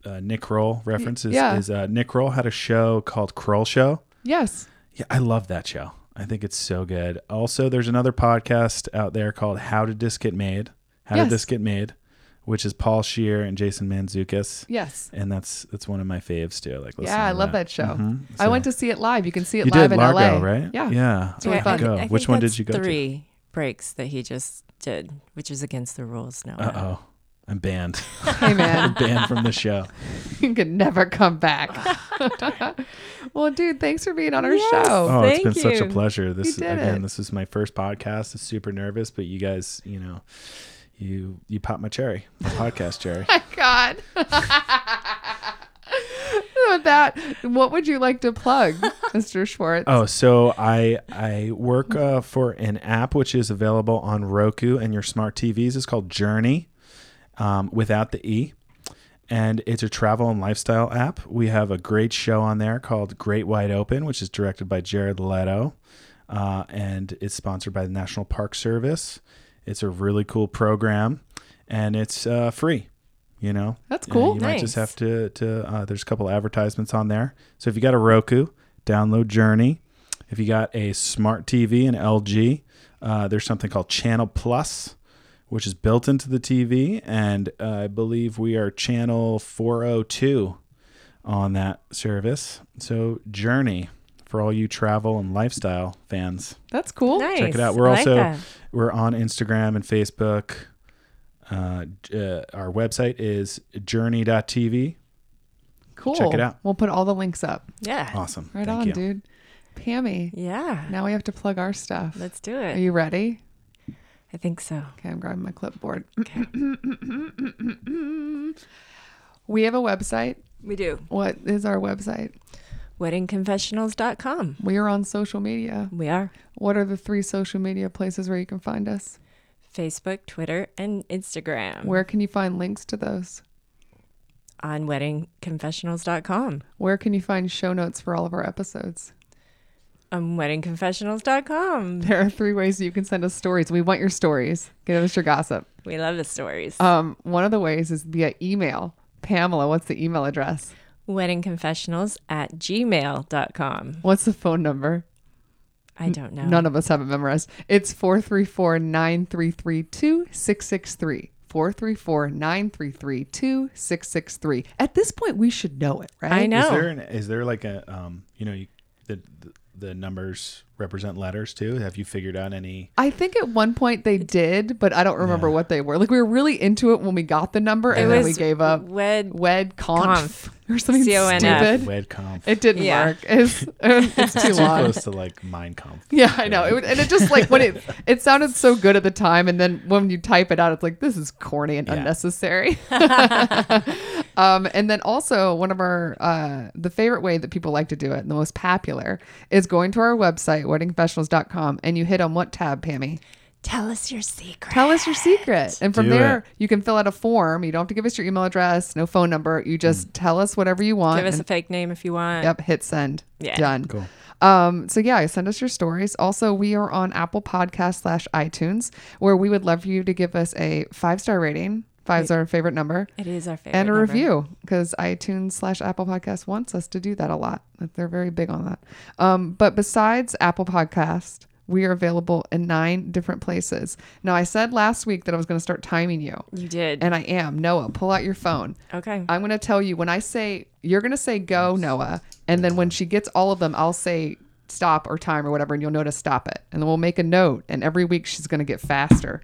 C: uh, Nick Roll references.
A: yeah.
C: Is uh, Nick Roll had a show called Kroll Show?
A: Yes.
C: Yeah, I love that show. I think it's so good. Also, there's another podcast out there called How Did This Get Made? How
A: Yes.
C: Did This Get Made? Which is Paul Shear and Jason Manzukis.
A: Yes.
C: And that's that's one of my faves too. I Like listening
A: Yeah, I
C: to
A: love that, show.
C: Mhm.
A: I
C: So-
A: went to see it live. You can see it
C: You
A: live
C: did
A: in
C: Largo,
A: LA.
C: right?
A: Yeah.
C: yeah.
A: really
D: I-
A: fun.
D: I-
C: Go.
D: I think
C: Which one
D: that's
C: did you go to?
D: Three breaks that he just did, which is against the rules now.
C: Uh oh, I'm banned.
A: Hey man,
C: banned from the show.
A: you can never come back. well, dude, thanks for being on our
D: Yes.
A: show.
C: Oh, it's
D: thank
C: been such a
D: you.
C: pleasure. This
A: did
C: again,
A: it.
C: this is my first podcast. I'm super nervous, but you guys, you know, you you popped my cherry, my podcast cherry.
A: my god. With that, what would you like to plug, Mr. Schwartz?
C: Oh, so I I work uh, for an app which is available on Roku and your smart TVs. It's called Journey, um, without the e, and it's a travel and lifestyle app. We have a great show on there called Great Wide Open, which is directed by Jared Leto, uh, and it's sponsored by the National Park Service. It's a really cool program, and it's uh, free. You know,
A: That's
C: Uh,
A: cool.
C: you might
D: Nice.
C: just have to to uh, there's a couple advertisements on there. So if you got a Roku, download Journey. If you got a smart TV, an LG, uh, there's something called Channel Plus, which is built into the TV, and uh, I believe we are channel 402 on that service. So Journey for all you travel and lifestyle fans,
A: That's cool.
D: Nice.
C: check it out. We're
D: I like
C: also
D: that.
C: we're on Instagram and Facebook. Uh, j- uh, our website is journey.tv.
A: Cool.
C: Check it out.
A: We'll put all the links up.
D: yeah.
C: Awesome.
A: Right
C: Thank
A: on,
C: you.
A: dude. Pammy,
D: Yeah.
A: now we have to plug our stuff.
D: Let's do
A: Are
D: it.
A: you ready?
D: I think so.
A: Okay, I'm grabbing my clipboard. we have a website.
D: We do.
A: What is our website?
D: WeddingConfessionals.com.
A: We are on social media.
D: We are
A: What are the three social media places where you can find us?
D: Facebook, Twitter, and Instagram
A: Where can you find links to those?
D: on WeddingConfessionals.com.
A: Where can you find show notes for all of our episodes?
D: on weddingconfessionals.com.
A: There are three ways you can send us stories. We want your stories. Give us your gossip.
D: We love the stories.
A: Um, one of the ways is via email. Pamela, what's the email address?
D: weddingconfessionals at gmail.com.
A: What's the phone number?
D: I don't know.
A: None of us have it memorized. It's 434 933 2663. 434 933 2663. At this point, we should know it, right?
D: I
C: Is
D: know.
C: there an, is there like a um you know you, the, the the numbers represent letters too? Have you figured out any?
A: I think at one point they did, but I don't remember what they were. Like, we were really into it when we got the number and then we gave up.
D: Wed
A: Wed conf,
D: Conf.
A: or something stupid.
D: C-O-N-F.
C: Wedcomp.
A: It didn't
D: Yeah.
A: work. It's, um, it's too long.
C: close to like Minecomp.
A: Yeah, I know. It, would- and it just like when it it sounded so good at the time, and then when you type it out, it's like this is corny and
C: Yeah.
A: unnecessary. um, and then also one of our uh, the favorite way that people like to do it, and the most popular, is going to our website weddingprofessionals.com and you hit on what tab, Pammy?
D: Tell us your secret.
A: Tell us your secret, and from
C: Do
A: there
C: it.
A: you can fill out a form. You don't have to give us your email address, no phone number. You
C: Mm.
A: just tell us whatever you want.
D: Give us
A: and-
D: a fake name if you want.
A: Yep, hit send.
D: Yeah.
A: Done.
C: Cool.
A: Um, so yeah, send us your stories. Also, we are on Apple Podcast slash iTunes, where we would love for you to give us a five star rating. Five's our favorite number.
D: It is our favorite.
A: And a
D: number.
A: review because iTunes slash Apple Podcast wants us to do that a lot. Like, They're very big on that. Um, but besides Apple Podcast, we are available in nine different places. Now, I said last week that I was going to start timing you,
D: You did.
A: and I am. Noah, pull out your phone.
D: okay.
A: I'm going to tell you when I say you're going to say go, Noah, and then when she gets all of them, I'll say stop or time or whatever, and you'll notice stop it, and then we'll make a note. And every week she's going to get faster.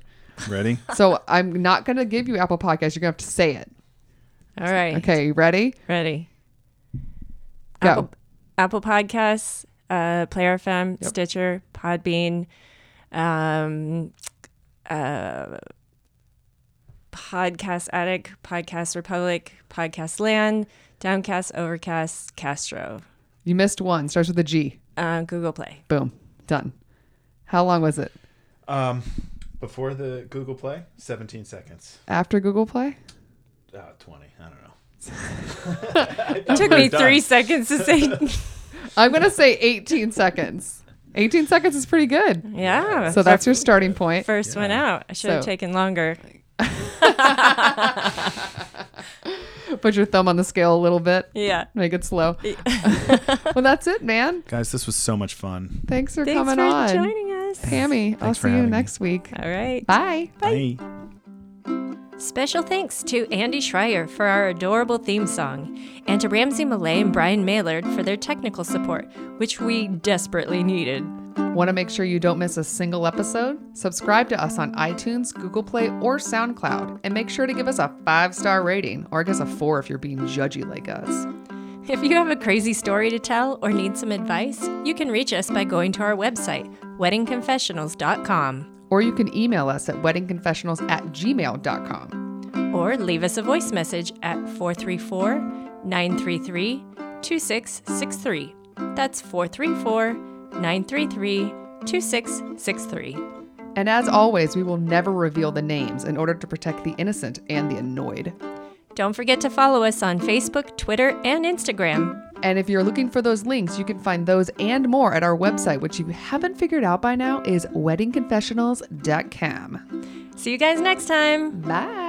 C: Ready?
A: So I'm not going to give you Apple Podcasts. You're going to have to say it.
D: All right.
A: Okay, you ready?
D: Ready.
A: Go.
D: Apple, Apple Podcasts, uh, Player FM, Stitcher, Podbean, um, uh, Podcast Attic, Podcast Republic, Podcast Land, Downcast, Overcast, Castro,
A: You missed one. Starts with a G.
D: uh, Google Play.
A: Boom. Done. How long was it
C: Um, before the Google Play, 17 seconds.
A: after Google Play?
C: Uh, 20. I don't know. Oh,
D: It took me three seconds to say.
A: I'm going to say 18 seconds. 18 seconds is pretty good.
D: yeah.
A: So that's your starting point.
D: first one out. I should have
A: So-
D: taken longer.
A: Put your thumb on the scale a little bit.
D: Yeah.
A: Make it slow. well, that's it, man.
C: Guys, this was so much fun.
A: Thanks for
D: Thanks
A: coming
D: for
A: on.
D: joining us.
A: Pammy, I'll
C: Thanks for
A: see you
C: having me.
A: next week.
D: All right.
A: Bye.
C: Bye.
D: Special thanks to Andy Schreier for our adorable theme song, and to Ramsey Millay and Brian Maylard for their technical support, which we desperately needed.
A: Want to make sure you don't miss a single episode? Subscribe to us on iTunes, Google Play, or SoundCloud, and make sure to give us a five star rating, or I guess a four if you're being judgy like us.
D: If you have a crazy story to tell or need some advice, you can reach us by going to our website, weddingconfessionals.com,
A: Or you can email us at weddingconfessionals at gmail.com.
D: or leave us a voice message at 434 933 2663. That's 434 933 2663.
A: And as always, we will never reveal the names in order to protect the innocent and the annoyed.
D: Don't forget to follow us on Facebook, Twitter, and Instagram.
A: And if you're looking for those links, you can find those and more at our website, which you haven't figured out by now is weddingconfessionals.com.
D: See you guys next time.
A: Bye.